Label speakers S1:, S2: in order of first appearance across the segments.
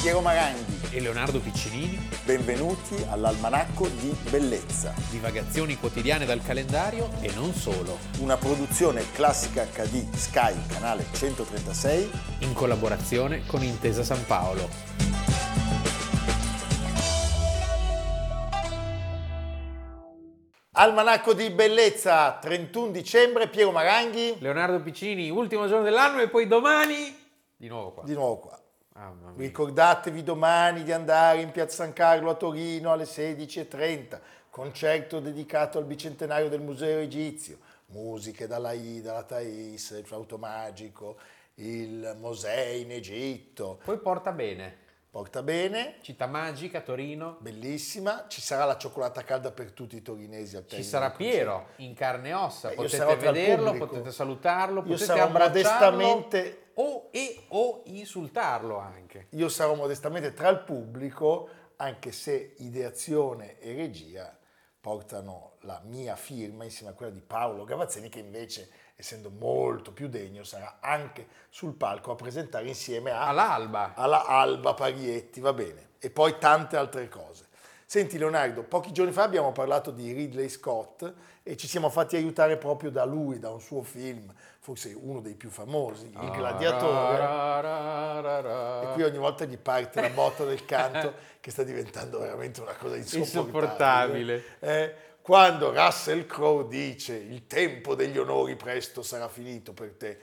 S1: Piero Maranghi.
S2: e Leonardo Piccinini,
S1: Benvenuti all'Almanacco di Bellezza,
S2: divagazioni quotidiane dal calendario e non solo,
S1: una produzione classica HD Sky, canale 136.
S2: in collaborazione con Intesa San Paolo.
S1: Almanacco di Bellezza, 31 dicembre, Piero Maranghi.
S2: Leonardo Piccini, ultimo giorno dell'anno e poi domani di nuovo qua.
S1: Di nuovo qua.
S2: Mamma mia.
S1: Ricordatevi domani di andare in Piazza San Carlo a Torino alle 16.30, concerto dedicato al bicentenario del Museo Egizio, musiche dalla Ida, la Thais, il flauto magico, il Mosè in Egitto.
S2: Poi porta bene,
S1: Porta bene,
S2: città magica, Torino,
S1: bellissima, ci sarà la cioccolata calda per tutti i torinesi al
S2: ci
S1: termine
S2: sarà
S1: del concerto.
S2: Piero in carne e ossa,
S1: Eh, io sarò
S2: potete
S1: tra il
S2: vederlo,
S1: pubblico.
S2: potete salutarlo,
S1: Io
S2: potete
S1: sarò
S2: abbracciarlo
S1: modestamente-
S2: o, e, o insultarlo anche.
S1: Io sarò modestamente tra il pubblico, anche se ideazione e regia portano la mia firma insieme a quella di Paolo Gavazzini, che invece, essendo molto più degno, sarà anche sul palco a presentare insieme a,
S2: All'alba.
S1: alla Alba Parietti, va bene, e poi tante altre cose. Senti Leonardo, pochi giorni fa abbiamo parlato di Ridley Scott e ci siamo fatti aiutare proprio da lui, da un suo film, forse uno dei più famosi, Il Gladiatore.
S2: Ah, Ra, ra, ra, ra.
S1: E qui ogni volta gli parte la botta del canto che sta diventando veramente una cosa insopportabile.
S2: Insopportabile.
S1: Eh, quando Russell Crowe dice il tempo degli onori presto sarà finito per te,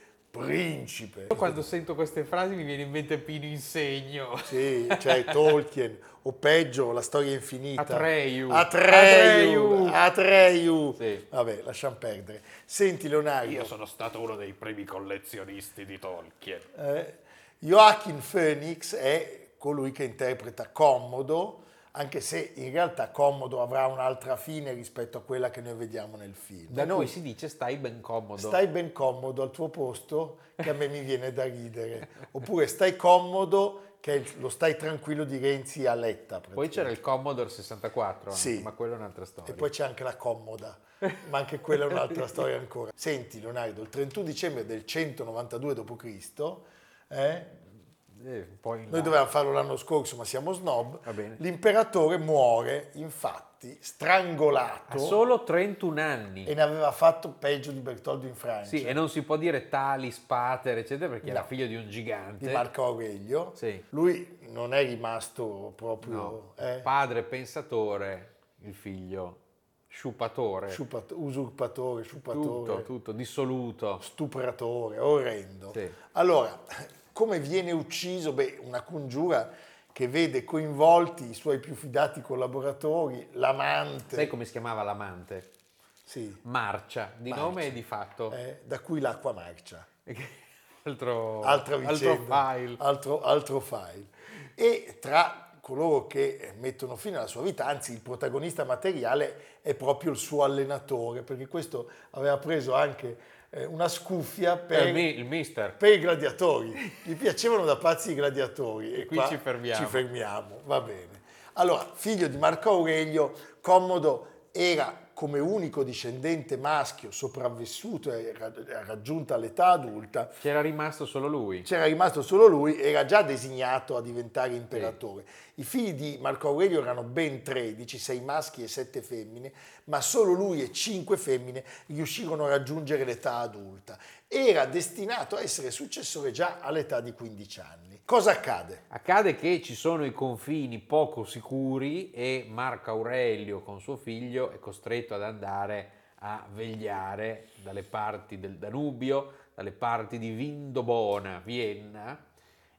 S1: principe.
S2: Io Quando sento queste frasi mi viene in mente Pino Insegno.
S1: Sì, cioè Tolkien, o peggio, la storia infinita.
S2: Atreyu.
S1: Atreyu.
S2: Atreyu.
S1: Atreyu.
S2: Sì.
S1: Vabbè, lasciamo perdere. Senti Leonardo.
S3: Io sono stato uno dei primi collezionisti di Tolkien.
S1: Eh, Joachim Phoenix è colui che interpreta Commodo, anche se in realtà Commodo avrà un'altra fine rispetto a quella che noi vediamo nel film.
S2: Da
S1: E
S2: noi si dice stai ben comodo.
S1: stai ben comodo al tuo posto, che a me mi viene da ridere, oppure stai comodo, che è il- lo stai tranquillo di Renzi a Letta.
S2: Poi c'era
S1: praticamente.
S2: il Commodore 64, anche,
S1: Sì.
S2: ma quella è un'altra storia.
S1: E poi c'è anche la Commoda, ma anche quella è un'altra storia ancora. Senti Leonardo, il 31 dicembre del 192 d.C., eh,
S2: Eh, poi in
S1: Noi
S2: là.
S1: dovevamo farlo l'anno scorso, ma siamo snob.
S2: Va bene.
S1: L'imperatore muore, infatti, strangolato
S2: Ha Ah, solo 31 anni.
S1: e ne aveva fatto peggio di Bertoldo in Francia,
S2: Sì, e non si può dire Talis, Pater, eccetera, perché era
S1: No.
S2: figlio di un gigante.
S1: di Marco Aurelio.
S2: Sì.
S1: Lui non è rimasto proprio
S2: No.
S1: eh,
S2: Padre pensatore, il figlio sciupatore.
S1: sciupat- usurpatore, sciupatore,
S2: tutto, tutto, dissoluto.
S1: stupratore, orrendo.
S2: Sì.
S1: Allora, come viene ucciso? Beh, una congiura che vede coinvolti i suoi più fidati collaboratori, l'amante.
S2: Sai come si chiamava l'amante?
S1: Sì.
S2: Marcia, di
S1: Marcia.
S2: nome e di fatto.
S1: Eh, da cui l'acqua marcia.
S2: Oh. altro,
S1: altra vicenda, Ah,
S2: altro file.
S1: altro- altro file. E tra coloro che mettono fine alla sua vita, anzi il protagonista materiale è proprio il suo allenatore, perché questo aveva preso anche eh, una scuffia
S2: Per
S1: per,
S2: me, il mister.
S1: per i gladiatori. Gli piacevano da pazzi i gladiatori. E
S2: Qui
S1: qua
S2: ci fermiamo.
S1: Ci fermiamo, va bene. Allora, figlio di Marco Aurelio, Commodo era come unico discendente maschio sopravvissuto e ra- raggiunta l'età adulta,
S2: C'era rimasto solo lui.
S1: c'era rimasto solo lui, era già designato a diventare imperatore. I figli di Marco Aurelio erano ben 13, 6 maschi e 7 femmine, ma solo lui e 5 femmine riuscirono a raggiungere l'età adulta. Era destinato a essere successore già all'età di 15 anni. Cosa accade?
S2: Accade che ci sono i confini poco sicuri e Marco Aurelio con suo figlio è costretto ad andare a vegliare dalle parti del Danubio, dalle parti di Vindobona, Vienna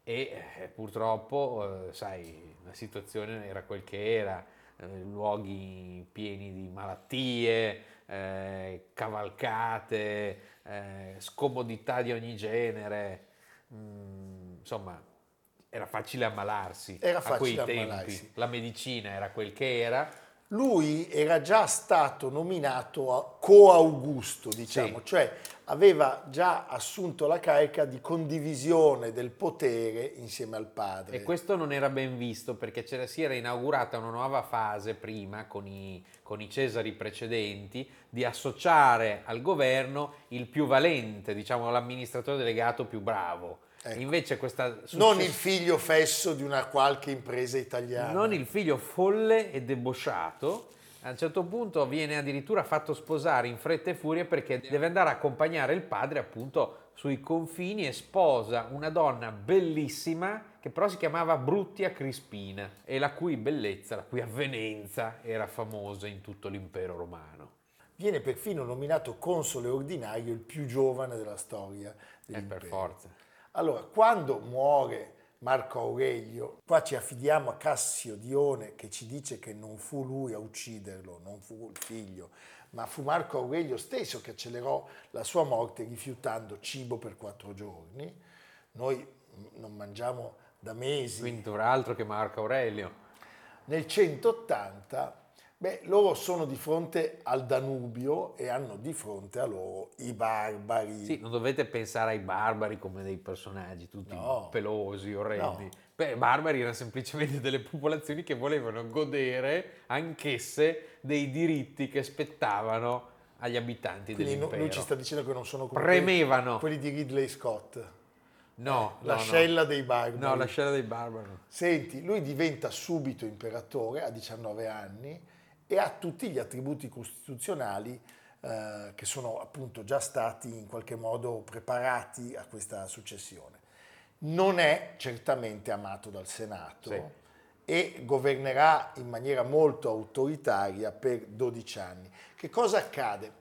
S2: e eh, purtroppo, eh, sai, la situazione era quel che era, eh, luoghi pieni di malattie, eh, cavalcate, eh, scomodità di ogni genere, Mm, insomma, era facile ammalarsi
S1: Era
S2: a quei
S1: facile
S2: tempi.
S1: ammalarsi.
S2: La medicina era quel che era.
S1: Lui era già stato nominato a co-augusto, diciamo,
S2: Sì.
S1: cioè aveva già assunto la carica di condivisione del potere insieme al padre.
S2: E questo non era ben visto perché c'era, si era inaugurata una nuova fase prima con i, con i Cesari precedenti di associare al governo il più valente, diciamo l'amministratore delegato più bravo.
S1: Ecco.
S2: Invece questa
S1: Non il
S2: success-
S1: figlio fesso di una qualche impresa italiana.
S2: non il figlio folle e debosciato, a un certo punto viene addirittura fatto sposare in fretta e furia perché deve andare a accompagnare il padre appunto sui confini e sposa una donna bellissima che però si chiamava Bruttia Crispina e la cui bellezza, la cui avvenenza era famosa in tutto l'impero romano.
S1: Viene perfino nominato console ordinario il più giovane della storia.
S2: E
S1: dell'impero.
S2: Eh, per forza.
S1: Allora, quando muore Marco Aurelio, qua ci affidiamo a Cassio Dione che ci dice che non fu lui a ucciderlo, non fu il figlio, ma fu Marco Aurelio stesso che accelerò la sua morte rifiutando cibo per quattro giorni. Noi mm, non mangiamo da mesi.
S2: Quindi altro che Marco Aurelio.
S1: Nel 180, beh, loro sono di fronte al Danubio e hanno di fronte a loro i barbari.
S2: Sì, non dovete pensare ai barbari come dei personaggi tutti
S1: No.
S2: pelosi, orrendi.
S1: No.
S2: Beh, i barbari erano semplicemente delle popolazioni che volevano godere anch'esse dei diritti che spettavano agli abitanti
S1: Quindi no-
S2: dell'impero.
S1: lui ci sta dicendo che non sono come
S2: Premevano.
S1: quelli, quelli di Ridley Scott.
S2: No,
S1: la
S2: no, no.
S1: scella dei barbari.
S2: No, la scella dei barbari. no.
S1: Senti, lui diventa subito imperatore a 19 anni e ha tutti gli attributi costituzionali eh, che sono appunto già stati in qualche modo preparati a questa successione. Non è certamente amato dal Senato
S2: Sì.
S1: e governerà in maniera molto autoritaria per 12 anni. Che cosa accade?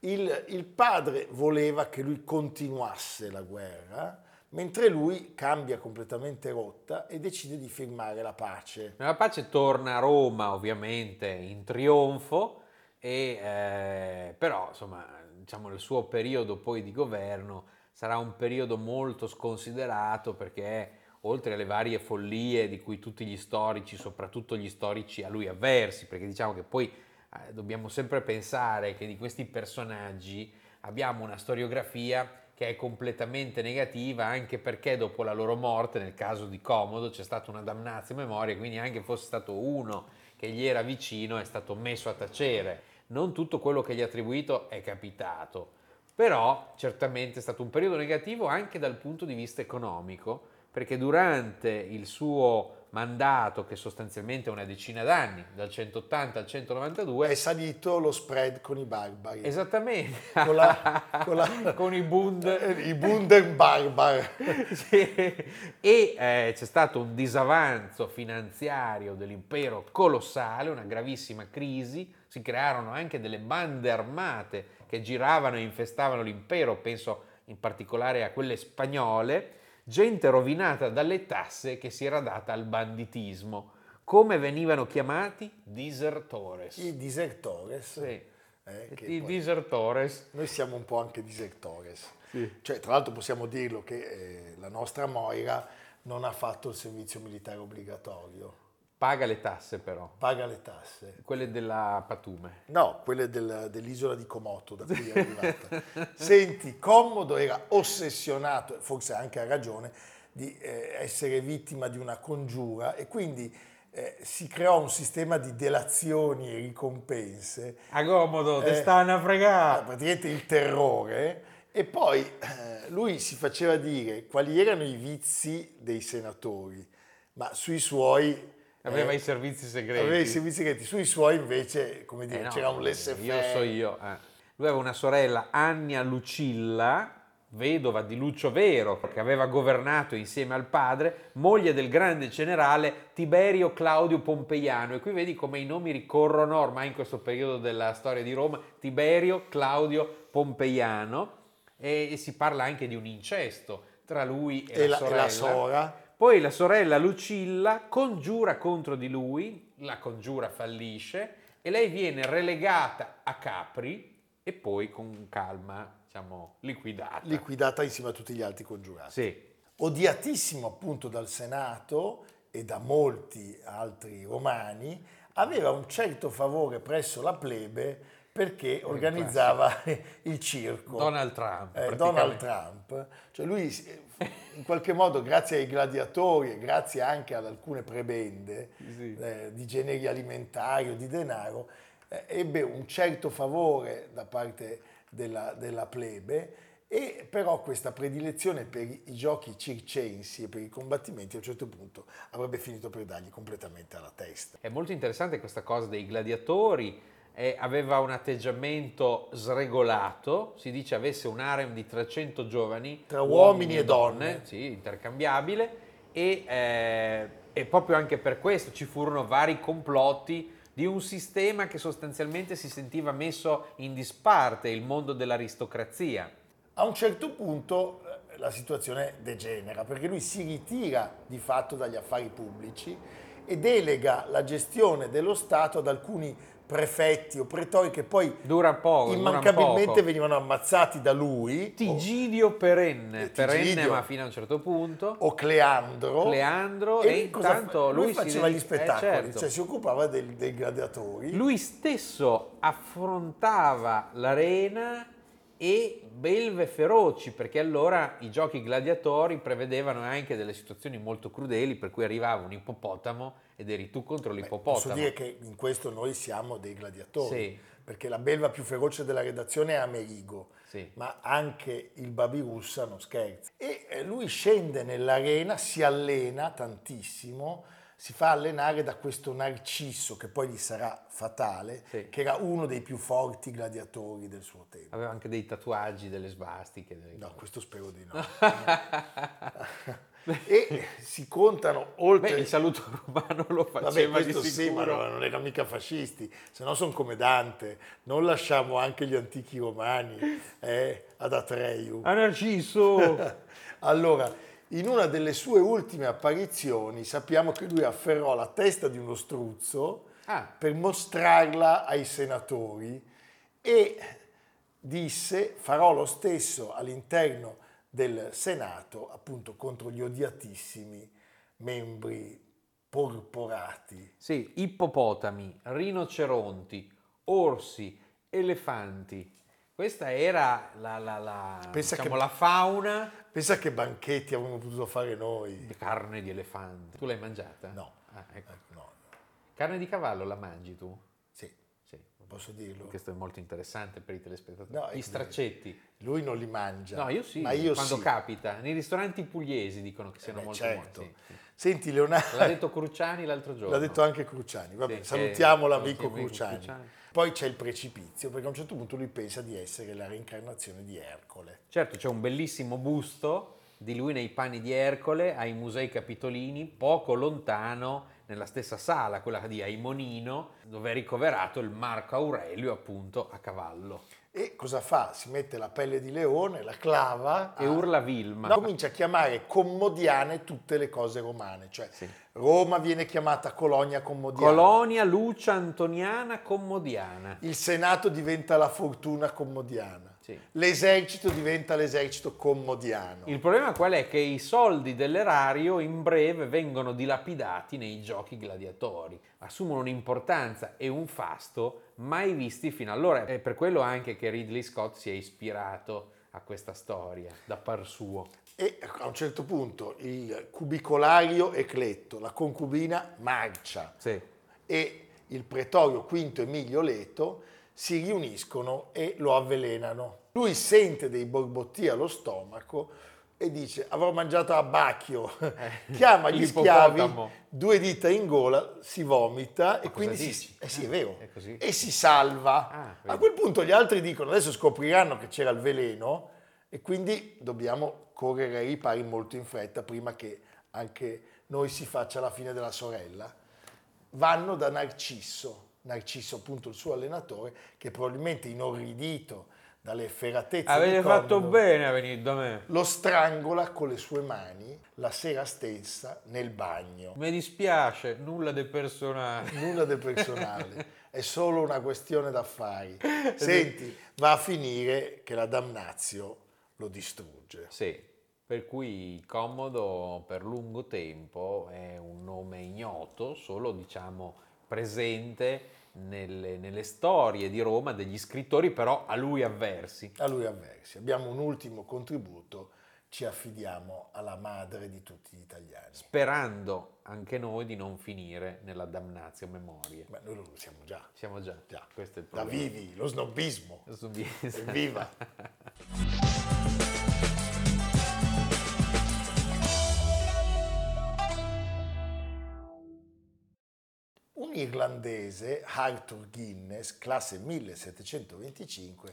S1: Il, il padre voleva che lui continuasse la guerra, mentre lui cambia completamente rotta e decide di firmare la pace.
S2: Nella pace torna a Roma ovviamente in trionfo, e, eh, però insomma diciamo il suo periodo poi di governo sarà un periodo molto sconsiderato perché oltre alle varie follie di cui tutti gli storici, soprattutto gli storici a lui avversi, perché diciamo che poi eh, dobbiamo sempre pensare che di questi personaggi abbiamo una storiografia che è completamente negativa anche perché dopo la loro morte, nel caso di Comodo, c'è stata una damnazia in memoria, quindi anche fosse stato uno che gli era vicino è stato messo a tacere. Non tutto quello che gli è attribuito è capitato, però certamente è stato un periodo negativo anche dal punto di vista economico, perché durante il suo mandato, che sostanzialmente è una decina d'anni, dal 180 al 192,
S1: È salito lo spread con i barbari.
S2: Esattamente.
S1: Con la- con la-
S2: Con i Bund.
S1: Eh, I Bunden barbar.
S2: Sì. E eh, c'è stato un disavanzo finanziario dell'impero colossale, una gravissima crisi. Si crearono anche delle bande armate che giravano e infestavano l'impero, penso in particolare a quelle spagnole. Gente rovinata dalle tasse che si era data al banditismo. Come venivano chiamati? Disertores.
S1: I disertores.
S2: Sì.
S1: eh, che
S2: I
S1: poi-
S2: disertores.
S1: Noi siamo un po' anche disertores. Cioè, tra l'altro possiamo dirlo che eh, la nostra Moira non ha fatto il servizio militare obbligatorio.
S2: Paga le tasse però,
S1: Paga le tasse.
S2: quelle della Patume.
S1: No, quelle del- dell'isola di Komoto da cui è arrivata. Senti, Commodo era ossessionato, forse anche a ragione, di eh, essere vittima di una congiura e quindi eh, si creò un sistema di delazioni e ricompense
S2: A Ah, comodo,
S1: Eh.
S2: te stanno a
S1: Ah,
S2: fregare.
S1: praticamente il terrore e poi eh, lui si faceva dire quali erano i vizi dei senatori, ma sui suoi...
S2: Aveva
S1: eh,
S2: i servizi segreti.
S1: aveva i servizi segreti, sui suoi invece, come
S2: Eh
S1: dire,
S2: no,
S1: c'era un laissez
S2: Io so io. eh. Lui aveva una sorella, Annia Lucilla, vedova di Lucio Vero, che aveva governato insieme al padre, moglie del grande generale Tiberio Claudio Pompeiano. E qui vedi come i nomi ricorrono ormai in questo periodo della storia di Roma, Tiberio Claudio Pompeiano. E, e si parla anche di un incesto tra lui e,
S1: E la, e la sora,
S2: Poi la sorella Lucilla congiura contro di lui, la congiura fallisce e lei viene relegata a Capri e poi con calma, diciamo, liquidata.
S1: liquidata insieme a tutti gli altri congiurati.
S2: sì,
S1: Odiatissimo appunto dal Senato e da molti altri romani, aveva un certo favore presso la plebe perché organizzava il circo.
S2: Donald Trump.
S1: Eh,
S2: praticamente.
S1: Donald Trump, cioè lui si- in qualche modo grazie ai gladiatori e grazie anche ad alcune prebende
S2: Sì.
S1: eh, di generi alimentari o di denaro, eh, ebbe un certo favore da parte della, della plebe E però questa predilezione per i giochi circensi e per i combattimenti a un certo punto avrebbe finito per dargli completamente alla testa.
S2: È molto interessante questa cosa dei gladiatori, eh, aveva un atteggiamento sregolato, si dice avesse un harem di 300 giovani,
S1: Tra uomini e donne.
S2: sì, intercambiabile, e, eh, e proprio anche per questo ci furono vari complotti di un sistema che sostanzialmente si sentiva messo in disparte, il mondo dell'aristocrazia.
S1: A un certo punto eh, la situazione degenera perché lui si ritira di fatto dagli affari pubblici e delega la gestione dello Stato ad alcuni prefetti o pretori che poi
S2: Dura poco, dura
S1: immancabilmente
S2: poco.
S1: venivano ammazzati da lui.
S2: Tigidio perenne,
S1: Eh,
S2: perenne
S1: Tigidio.
S2: ma fino a un certo punto.
S1: o Cleandro.
S2: Cleandro, e
S1: cosa fa-
S2: intanto lui si
S1: faceva
S2: dedica-
S1: gli
S2: eh,
S1: spettacoli,
S2: certo.
S1: cioè si occupava del- dei gladiatori.
S2: Lui stesso affrontava l'arena e belve feroci, perché allora i giochi gladiatori prevedevano anche delle situazioni molto crudeli, per cui arrivava un ippopotamo ed eri tu contro
S1: Beh,
S2: l'ippopotamo.
S1: posso dire che in questo noi siamo dei gladiatori,
S2: Sì.
S1: perché la belva più feroce della redazione è Amerigo.
S2: Sì.
S1: Ma anche il Babirussa non scherza. E eh, lui scende nell'arena, si allena tantissimo, si fa allenare da questo Narciso che poi gli sarà fatale,
S2: Sì.
S1: che era uno dei più forti gladiatori del suo tempo.
S2: Aveva anche dei tatuaggi, delle svastiche. delle-
S1: No, questo spero di no. e si contano oltre
S2: Beh, il saluto romano lo
S1: Vabbè,
S2: faceva di
S1: questo
S2: sicuro.
S1: sì, ma no- non erano mica fascisti, se no sono come Dante, non lasciamo anche gli antichi romani eh, ad Atreiu.
S2: Ah, Narciso!
S1: Allora, in una delle sue ultime apparizioni sappiamo che lui afferrò la testa di uno struzzo
S2: ah,
S1: per mostrarla ai senatori e disse farò lo stesso all'interno del Senato, appunto contro gli odiatissimi membri porporati.
S2: Sì, ippopotami, rinoceronti, orsi, elefanti. Questa era la, la- la-
S1: Pensa
S2: diciamo,
S1: che-
S2: la fauna
S1: Pensa che banchetti avremmo potuto fare noi.
S2: di carne di elefante. Tu l'hai mangiata?
S1: No.
S2: Ah, ecco.
S1: Ecco, No,
S2: Carne di cavallo la mangi tu?
S1: sì,
S2: Sì.
S1: posso dirlo.
S2: Questo è molto interessante per i telespettatori.
S1: No,
S2: Gli
S1: ecco,
S2: straccetti.
S1: Lui non li mangia.
S2: No, io sì,
S1: ma io
S2: quando
S1: sì.
S2: capita. Nei ristoranti pugliesi dicono che
S1: Eh
S2: siano
S1: beh,
S2: molto
S1: certo.
S2: buoni. sì.
S1: Senti Leonardo,
S2: L'ha detto Cruciani l'altro giorno.
S1: l'ha detto anche Cruciani. Vabbè,
S2: Sì,
S1: salutiamo
S2: eh,
S1: l'amico
S2: salutiamo amico
S1: Cruciani.
S2: Cruciani.
S1: Poi c'è il precipizio, perché a un certo punto lui pensa di essere la reincarnazione di Ercole.
S2: Certo, c'è un bellissimo busto di lui nei panni di Ercole ai Musei Capitolini, poco lontano, nella stessa sala, quella di Aimonino, dove è ricoverato il Marco Aurelio, appunto, a cavallo.
S1: E cosa fa? Si mette la pelle di leone, la clava
S2: E
S1: ah,
S2: urla Vilma.
S1: no, comincia a chiamare commodiane tutte le cose romane. Cioè
S2: Sì.
S1: Roma viene chiamata colonia commodiana.
S2: Colonia Lucia Antoniana Commodiana.
S1: Il Senato diventa la fortuna commodiana.
S2: Sì.
S1: L'esercito diventa l'esercito commodiano.
S2: Il problema qual è? Che i soldi dell'erario in breve vengono dilapidati nei giochi gladiatori, assumono un'importanza e un fasto mai visti fino allora. È per quello anche che Ridley Scott si è ispirato a questa storia, da par suo.
S1: E a un certo punto il cubicolario Ecletto, la concubina Marcia
S2: Sì.
S1: e il pretorio Quinto Emilio Leto si riuniscono e lo avvelenano. Lui sente dei borbotti allo stomaco e dice avrò mangiato a Bacchio,
S2: Eh,
S1: chiama gli schiavi,
S2: L'ippopotamo.
S1: due dita in gola, si vomita e
S2: cosa
S1: quindi si,
S2: dici?
S1: eh sì, è vero.
S2: È così.
S1: e si salva.
S2: Ah,
S1: a
S2: vedi.
S1: quel punto gli altri dicono adesso scopriranno che c'era il veleno e quindi dobbiamo correre ai ripari molto in fretta prima che anche noi si faccia la fine della sorella. Vanno da Narciso, Narciso appunto il suo allenatore che probabilmente inorridito dalle efferatezze
S2: Avete
S1: di
S2: fatto
S1: Commodore,
S2: bene a venire da me.
S1: lo strangola con le sue mani la sera stessa nel bagno.
S2: Mi dispiace, nulla di personale.
S1: Nulla del personale, è solo una questione d'affari. Senti, va a finire che la damnazio lo distrugge.
S2: Sì, per cui Commodo per lungo tempo è un nome ignoto, solo diciamo presente nelle, nelle storie di Roma degli scrittori, però a lui avversi.
S1: A lui avversi. Abbiamo un ultimo contributo, ci affidiamo alla madre di tutti gli italiani.
S2: Sperando anche noi di non finire nella damnazio memoria.
S1: Ma noi lo siamo già,
S2: Siamo già,
S1: Già.
S2: questo è il
S1: da
S2: problema. Esatto.
S1: vivi, lo snobismo.
S2: Subito.
S1: Evviva! un irlandese, Arthur Guinness, classe 1725,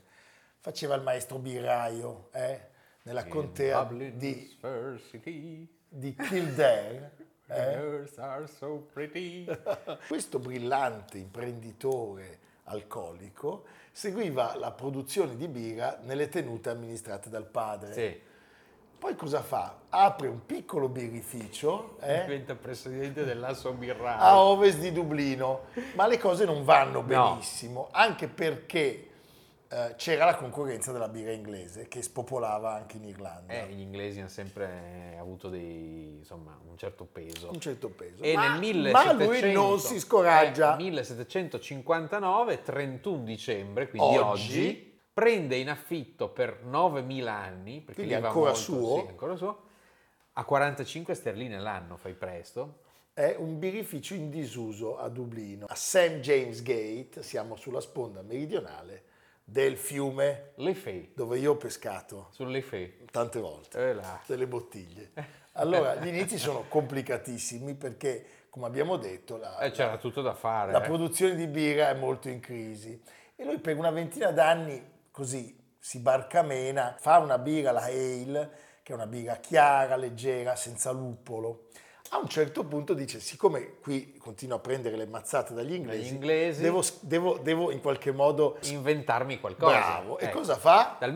S1: faceva il maestro birraio eh, nella contea
S2: Dublin
S1: di,
S2: University,
S1: di Kildare. eh.
S2: girls are so pretty.
S1: Questo brillante imprenditore alcolico seguiva la produzione di birra nelle tenute amministrate dal padre.
S2: Sì,
S1: Poi cosa fa? Apre un piccolo birrificio eh, Ah,
S2: diventa presidente dell'Asso
S1: a
S2: Birraio.
S1: ovest di Dublino, ma le cose non vanno
S2: No.
S1: benissimo, anche perché eh, c'era la concorrenza della birra inglese che spopolava anche in Irlanda.
S2: Eh, gli inglesi hanno sempre eh, avuto dei, insomma, un certo peso.
S1: Un certo peso.
S2: E
S1: ma,
S2: nel 1700,
S1: ma lui non si scoraggia.
S2: eh, 1759, 31 dicembre, quindi oggi,
S1: Oggi.
S2: prende in affitto per 9.000 anni, perché
S1: Quindi
S2: lì va
S1: ancora
S2: molto-
S1: suo.
S2: sì, ancora suo, a 45 sterline l'anno, fai presto.
S1: È un birrificio in disuso a Dublino, a St. James Gate, siamo sulla sponda meridionale del fiume
S2: Le fei,
S1: dove io ho pescato
S2: sulle fei.
S1: tante volte,
S2: Eh là.
S1: delle bottiglie. Allora, gli inizi sono complicatissimi perché, come abbiamo detto, la,
S2: Eh, c'era tutto da fare.
S1: la
S2: eh.
S1: produzione di birra è molto in crisi e lui per una ventina d'anni così si barcamena, fa una birra, la Ale, che è una birra chiara, leggera, senza lupolo. A un certo punto dice, siccome qui continuo a prendere le mazzate dagli inglesi,
S2: inglesi.
S1: Devo, devo- devo in qualche modo...
S2: Inventarmi qualcosa.
S1: Bravo, e
S2: Ecco.
S1: cosa fa?
S2: Dal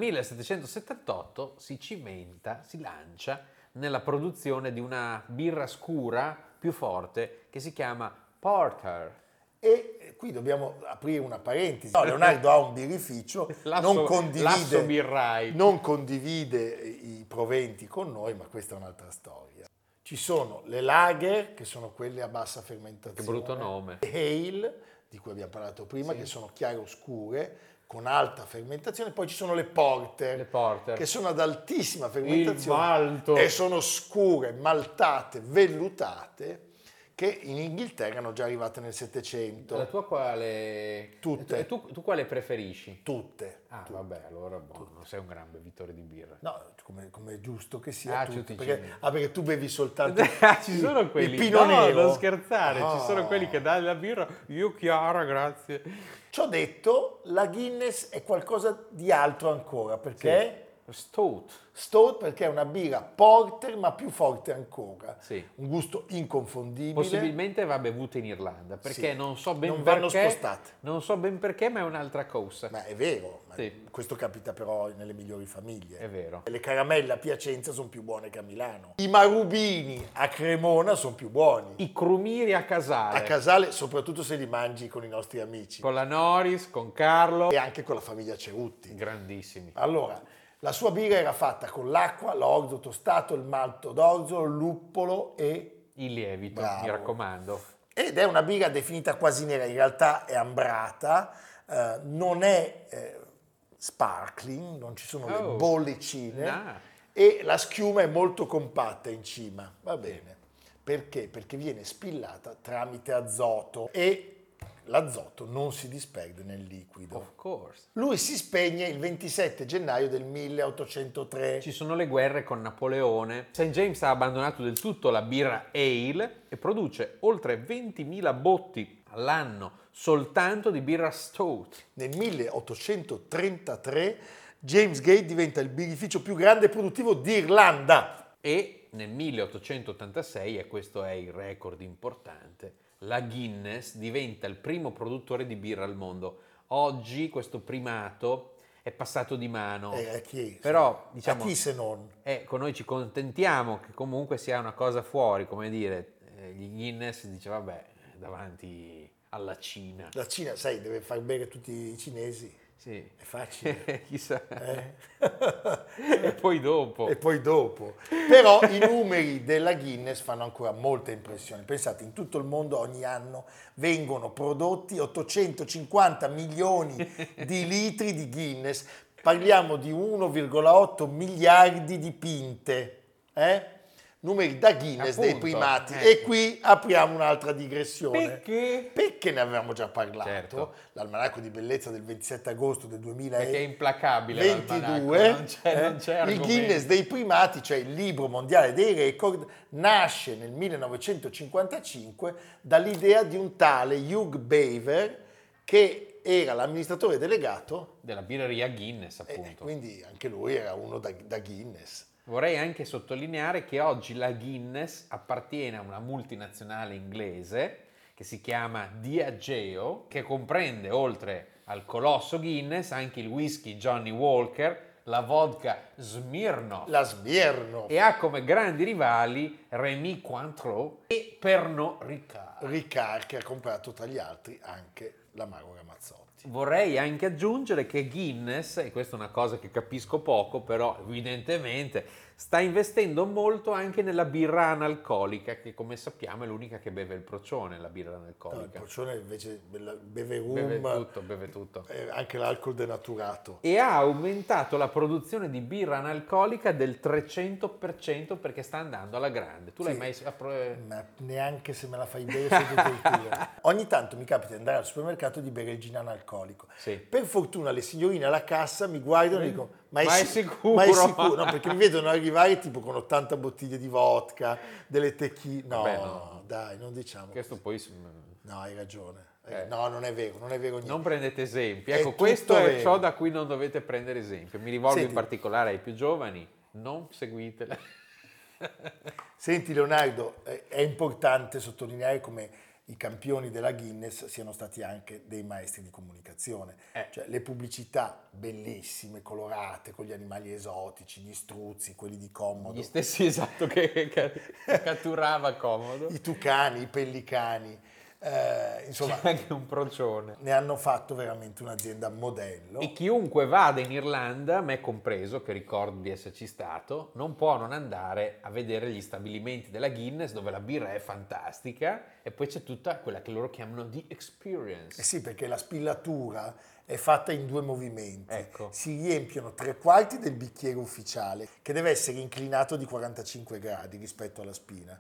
S2: 1778 si cimenta, si lancia nella produzione di una birra scura più forte che si chiama Porter.
S1: E qui dobbiamo aprire una parentesi. No, Leonardo ha un birrificio,
S2: L'asso-
S1: non
S2: l'asso
S1: condivide,
S2: birrai.
S1: non condivide i proventi con noi, ma questa è un'altra storia. Ci sono le lager, che sono quelle a bassa fermentazione.
S2: Che brutto nome.
S1: Le ale, di cui abbiamo parlato prima, che sono chiare oscure, con alta fermentazione. Poi ci sono le porter,
S2: Le Porter.
S1: eh, che sono ad altissima fermentazione.
S2: malto.
S1: E sono scure, maltate, vellutate, che in Inghilterra erano già arrivate nel Settecento.
S2: La tua quale...
S1: Tutte.
S2: E tu, tu quale preferisci?
S1: Tutte.
S2: Ah, vabbè, allora boh, non sei un gran bevitore di birra.
S1: No, come, come è giusto che sia
S2: Ah,
S1: tutte,
S2: tutti
S1: perché,
S2: insieme.
S1: ah, perché tu bevi soltanto
S2: ci sono quelli...
S1: il Ah. pino
S2: no,
S1: nero.
S2: non scherzare,
S1: No.
S2: ci sono quelli che danno la birra. Io chiara, grazie.
S1: Ciò detto, la Guinness è qualcosa di altro ancora, perché
S2: Stout.
S1: Stout perché è una birra porter ma più forte ancora.
S2: Sì.
S1: Un gusto inconfondibile.
S2: Possibilmente va bevuta in Irlanda, perché
S1: Sì.
S2: non so ben
S1: Non
S2: perché...
S1: vanno spostate.
S2: Non so ben perché, ma è un'altra cosa.
S1: Ma è vero, ma
S2: Sì.
S1: questo capita però nelle migliori famiglie.
S2: È vero.
S1: Le caramelle a Piacenza sono più buone che a Milano. I marubini a Cremona sono più buoni.
S2: I crumiri a casale.
S1: A Casale, soprattutto se li mangi con i nostri amici
S2: Con la Noris, con Carlo.
S1: e anche con la famiglia Cerutti.
S2: Grandissimi.
S1: Allora, la sua birra era fatta con l'acqua, l'orzo tostato, il malto d'orzo, il luppolo e...
S2: Il lievito,
S1: Bravo.
S2: mi raccomando.
S1: Ed è una birra definita quasi nera, in realtà è ambrata, eh, non è eh, sparkling, non ci sono
S2: Oh.
S1: le bollicine
S2: Ah.
S1: e la schiuma è molto compatta in cima, va bene. Perché? Perché viene spillata tramite azoto e l'azoto non si disperde nel liquido.
S2: Of course.
S1: Lui si spegne il 27 gennaio del 1803.
S2: Ci sono le guerre con Napoleone. St. James ha abbandonato del tutto la birra ale e produce oltre 20.000 botti all'anno soltanto di birra stout.
S1: Nel 1833 James Gate diventa il birrificio più grande e produttivo d'Irlanda.
S2: E nel 1886, e questo è il record importante, la Guinness diventa il primo produttore di birra al mondo. Oggi questo primato è passato di mano.
S1: Eh, a chi?
S2: Però,
S1: A
S2: diciamo,
S1: chi se non?
S2: Ecco, noi ci contentiamo che comunque sia una cosa fuori, come dire, eh, gli Guinness dice vabbè, davanti alla Cina.
S1: La Cina, sai, deve far bere tutti i cinesi.
S2: Sì.
S1: È facile.
S2: Chissà.
S1: eh?
S2: E poi dopo.
S1: e poi dopo. Però i numeri della Guinness fanno ancora molta impressione. Pensate, in tutto il mondo ogni anno vengono prodotti 850 milioni di litri di Guinness. Parliamo di 1,8 miliardi di pinte. eh? numeri da Guinness dei
S2: Appunto,
S1: primati.
S2: eh.
S1: E qui apriamo un'altra digressione.
S2: Perché?
S1: Perché ne avevamo già parlato,
S2: Certo.
S1: l'almanacco di bellezza del 27 agosto del 2000
S2: Perché è implacabile
S1: 22,
S2: l'almanacco, non c'è- non c'è
S1: eh. il
S2: argomento.
S1: Guinness dei primati, cioè il libro mondiale dei record, nasce nel 1955 dall'idea di un tale Hugh Beaver che era l'amministratore delegato
S2: della birreria Guinness,
S1: e
S2: appunto.
S1: Eh, quindi anche lui era uno da, da Guinness.
S2: Vorrei anche sottolineare che oggi la Guinness appartiene a una multinazionale inglese che si chiama Diageo, che comprende oltre al colosso Guinness anche il whisky Johnny Walker, la vodka Smirnoff
S1: La Smirno,
S2: e ha come grandi rivali Rémy Cointreau e Pernod Ricard.
S1: Ricard che ha comprato tra gli altri anche l'amaro Ramazzotti.
S2: Vorrei anche aggiungere che Guinness, e questa è una cosa che capisco poco, però evidentemente sta investendo molto anche nella birra analcolica, che come sappiamo è l'unica che beve il procione, la birra
S1: No, Ah, il
S2: analcolica.
S1: pocione invece beve- beve rum,
S2: Beve tutto, beve tutto.
S1: eh, anche l'alcol denaturato.
S2: E ha aumentato la produzione di birra analcolica del 300% perché sta andando alla grande. Tu l'hai
S1: Sì. Mm.
S2: mai... appro- eh,
S1: Ma neanche se me la fai bere sotto tortura. Ogni tanto mi capita di andare al supermercato e di bere il gin analcolico.
S2: Sì.
S1: Per fortuna le signorine alla cassa mi guardano e dicono: Ma è,
S2: Eh, Ma è
S1: si-
S2: sicuro?"
S1: Ma è sicuro? No, perché mi vedono arrivare tipo con 80 bottiglie di vodka, delle tequila. No,
S2: Vabbè, no.
S1: dai, non diciamo.
S2: Questo poi... mm,
S1: No, hai ragione.
S2: Eh.
S1: No, non è vero, non è vero niente.
S2: Non prendete
S1: Certo.
S2: esempi.
S1: È
S2: Ecco,
S1: tutto
S2: questo è
S1: vero.
S2: ciò da cui non dovete prendere esempio. Mi rivolgo
S1: Senti.
S2: in particolare ai più giovani, non seguitela.
S1: Eh, Senti Leonardo, eh, è importante sottolineare come i campioni della Guinness siano stati anche dei maestri di comunicazione.
S2: Eh.
S1: Cioè le pubblicità bellissime, colorate, con gli animali esotici, gli struzzi, quelli di comodo,
S2: Gli stessi esatto che, che catturava comodo.
S1: i tucani, i pellicani, eh, insomma
S2: C'è anche un procione.
S1: ne hanno fatto veramente un'azienda modello.
S2: E chiunque vada in Irlanda, me compreso, che ricordo di esserci stato, non può non andare a vedere gli stabilimenti della Guinness dove la birra è fantastica e poi c'è tutta quella che loro chiamano di
S1: Eh
S2: experience.
S1: sì, perché la spillatura è fatta in due movimenti.
S2: Ecco.
S1: Si riempiono tre quarti del bicchiere ufficiale, che deve essere inclinato di 45 gradi rispetto alla spina.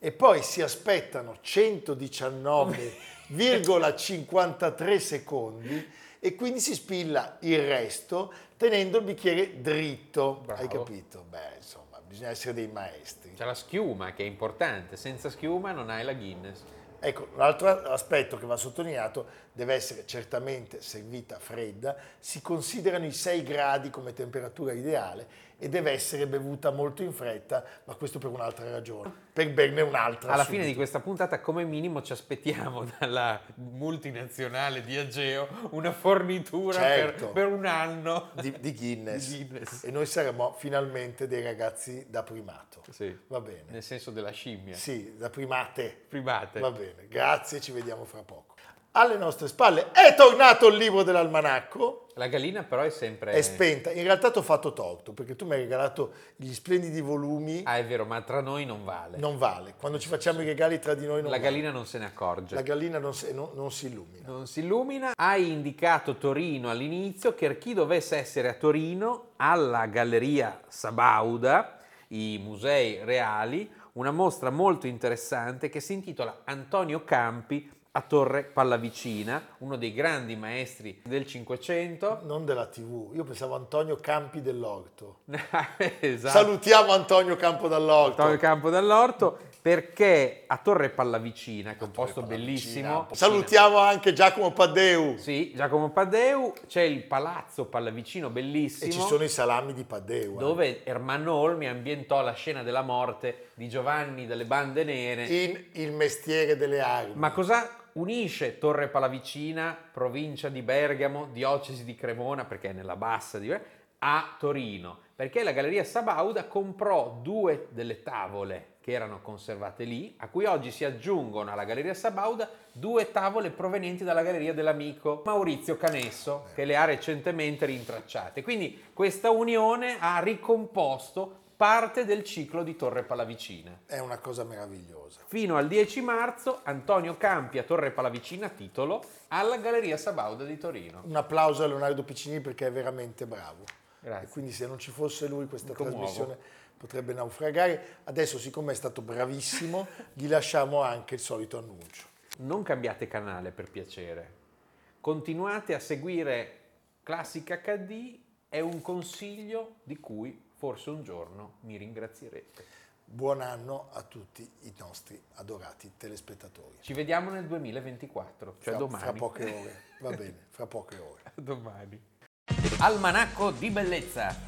S1: E poi si aspettano 119,53 secondi e quindi si spilla il resto tenendo il bicchiere dritto.
S2: Bravo.
S1: Hai capito? Beh, insomma, bisogna essere dei maestri.
S2: C'è la schiuma che è importante, senza schiuma non hai la Guinness.
S1: Ecco, l'altro aspetto che va sottolineato deve essere certamente servita fredda, si considerano i 6 gradi come temperatura ideale e deve essere bevuta molto in fretta, ma questo per un'altra ragione, per berne un'altra.
S2: Alla
S1: subito.
S2: fine di questa puntata, come minimo, ci aspettiamo dalla multinazionale di Ageo una fornitura per-
S1: Certo.
S2: per, un anno
S1: Di- di Guinness.
S2: Di Guinness.
S1: E noi saremo finalmente dei ragazzi da primato.
S2: Sì,
S1: Va bene.
S2: nel senso della scimmia.
S1: Sì, da primate.
S2: Private.
S1: Va bene, grazie, ci vediamo fra poco. Alle nostre spalle è tornato il libro dell'almanacco.
S2: La gallina, però, è sempre.
S1: È spenta. In realtà ti ho fatto torto perché tu mi hai regalato gli splendidi volumi.
S2: Ah, è vero, ma tra noi non vale.
S1: Non vale. Quando ci facciamo i regali tra di noi non
S2: La
S1: vale.
S2: gallina non se ne accorge.
S1: La gallina non, si- non- non si illumina.
S2: Non si illumina. Hai indicato Torino all'inizio, che chi dovesse essere a Torino, alla Galleria Sabauda, i Musei Reali, una mostra molto interessante che si intitola Antonio Campi a Torre Pallavicina, uno dei grandi maestri del Cinquecento.
S1: Non della TV. Io pensavo Antonio Campi dell'Orto.
S2: esatto.
S1: Salutiamo Antonio Campo dall'Orto.
S2: Antonio Campo dall'Orto, perché a Torre Pallavicina, che è un posto bellissimo,
S1: Salutiamo anche Giacomo Paddeu.
S2: Sì, Giacomo Padeu, c'è il palazzo Pallavicino bellissimo
S1: E ci sono i salami di Paddeu. eh.
S2: dove Ermanno Olmi ambientò la scena della morte di Giovanni delle Bande Nere.
S1: In Il mestiere delle armi.
S2: Ma cosa unisce Torre Pallavicina, provincia di Bergamo, diocesi di Cremona, perché è nella bassa di a Torino? Perché la Galleria Sabauda comprò due delle tavole che erano conservate lì, a cui oggi si aggiungono alla Galleria Sabauda due tavole provenienti dalla Galleria dell'amico Maurizio Canesso, che le ha recentemente rintracciate. Quindi questa unione ha ricomposto parte del ciclo di Torre Pallavicina.
S1: È una cosa meravigliosa.
S2: Fino al 10 marzo Antonio Campi a Torre Palavicina titolo alla Galleria Sabauda di Torino.
S1: Un applauso a Leonardo Piccini perché è veramente bravo.
S2: Grazie.
S4: Eh,
S1: E Eh, quindi se non ci fosse lui questa
S2: Mi commuovo.
S1: trasmissione potrebbe naufragare. Adesso siccome è stato bravissimo gli lasciamo anche il solito annuncio.
S2: Non cambiate canale per piacere. Continuate a seguire Classica HD, è un consiglio di cui forse un giorno mi ringrazierete.
S1: Buon anno a tutti i nostri adorati telespettatori.
S2: Ci vediamo nel 2024, cioè
S1: fra,
S2: domani.
S1: Fra poche ore, va bene, fra poche ore.
S2: domani. Almanacco di bellezza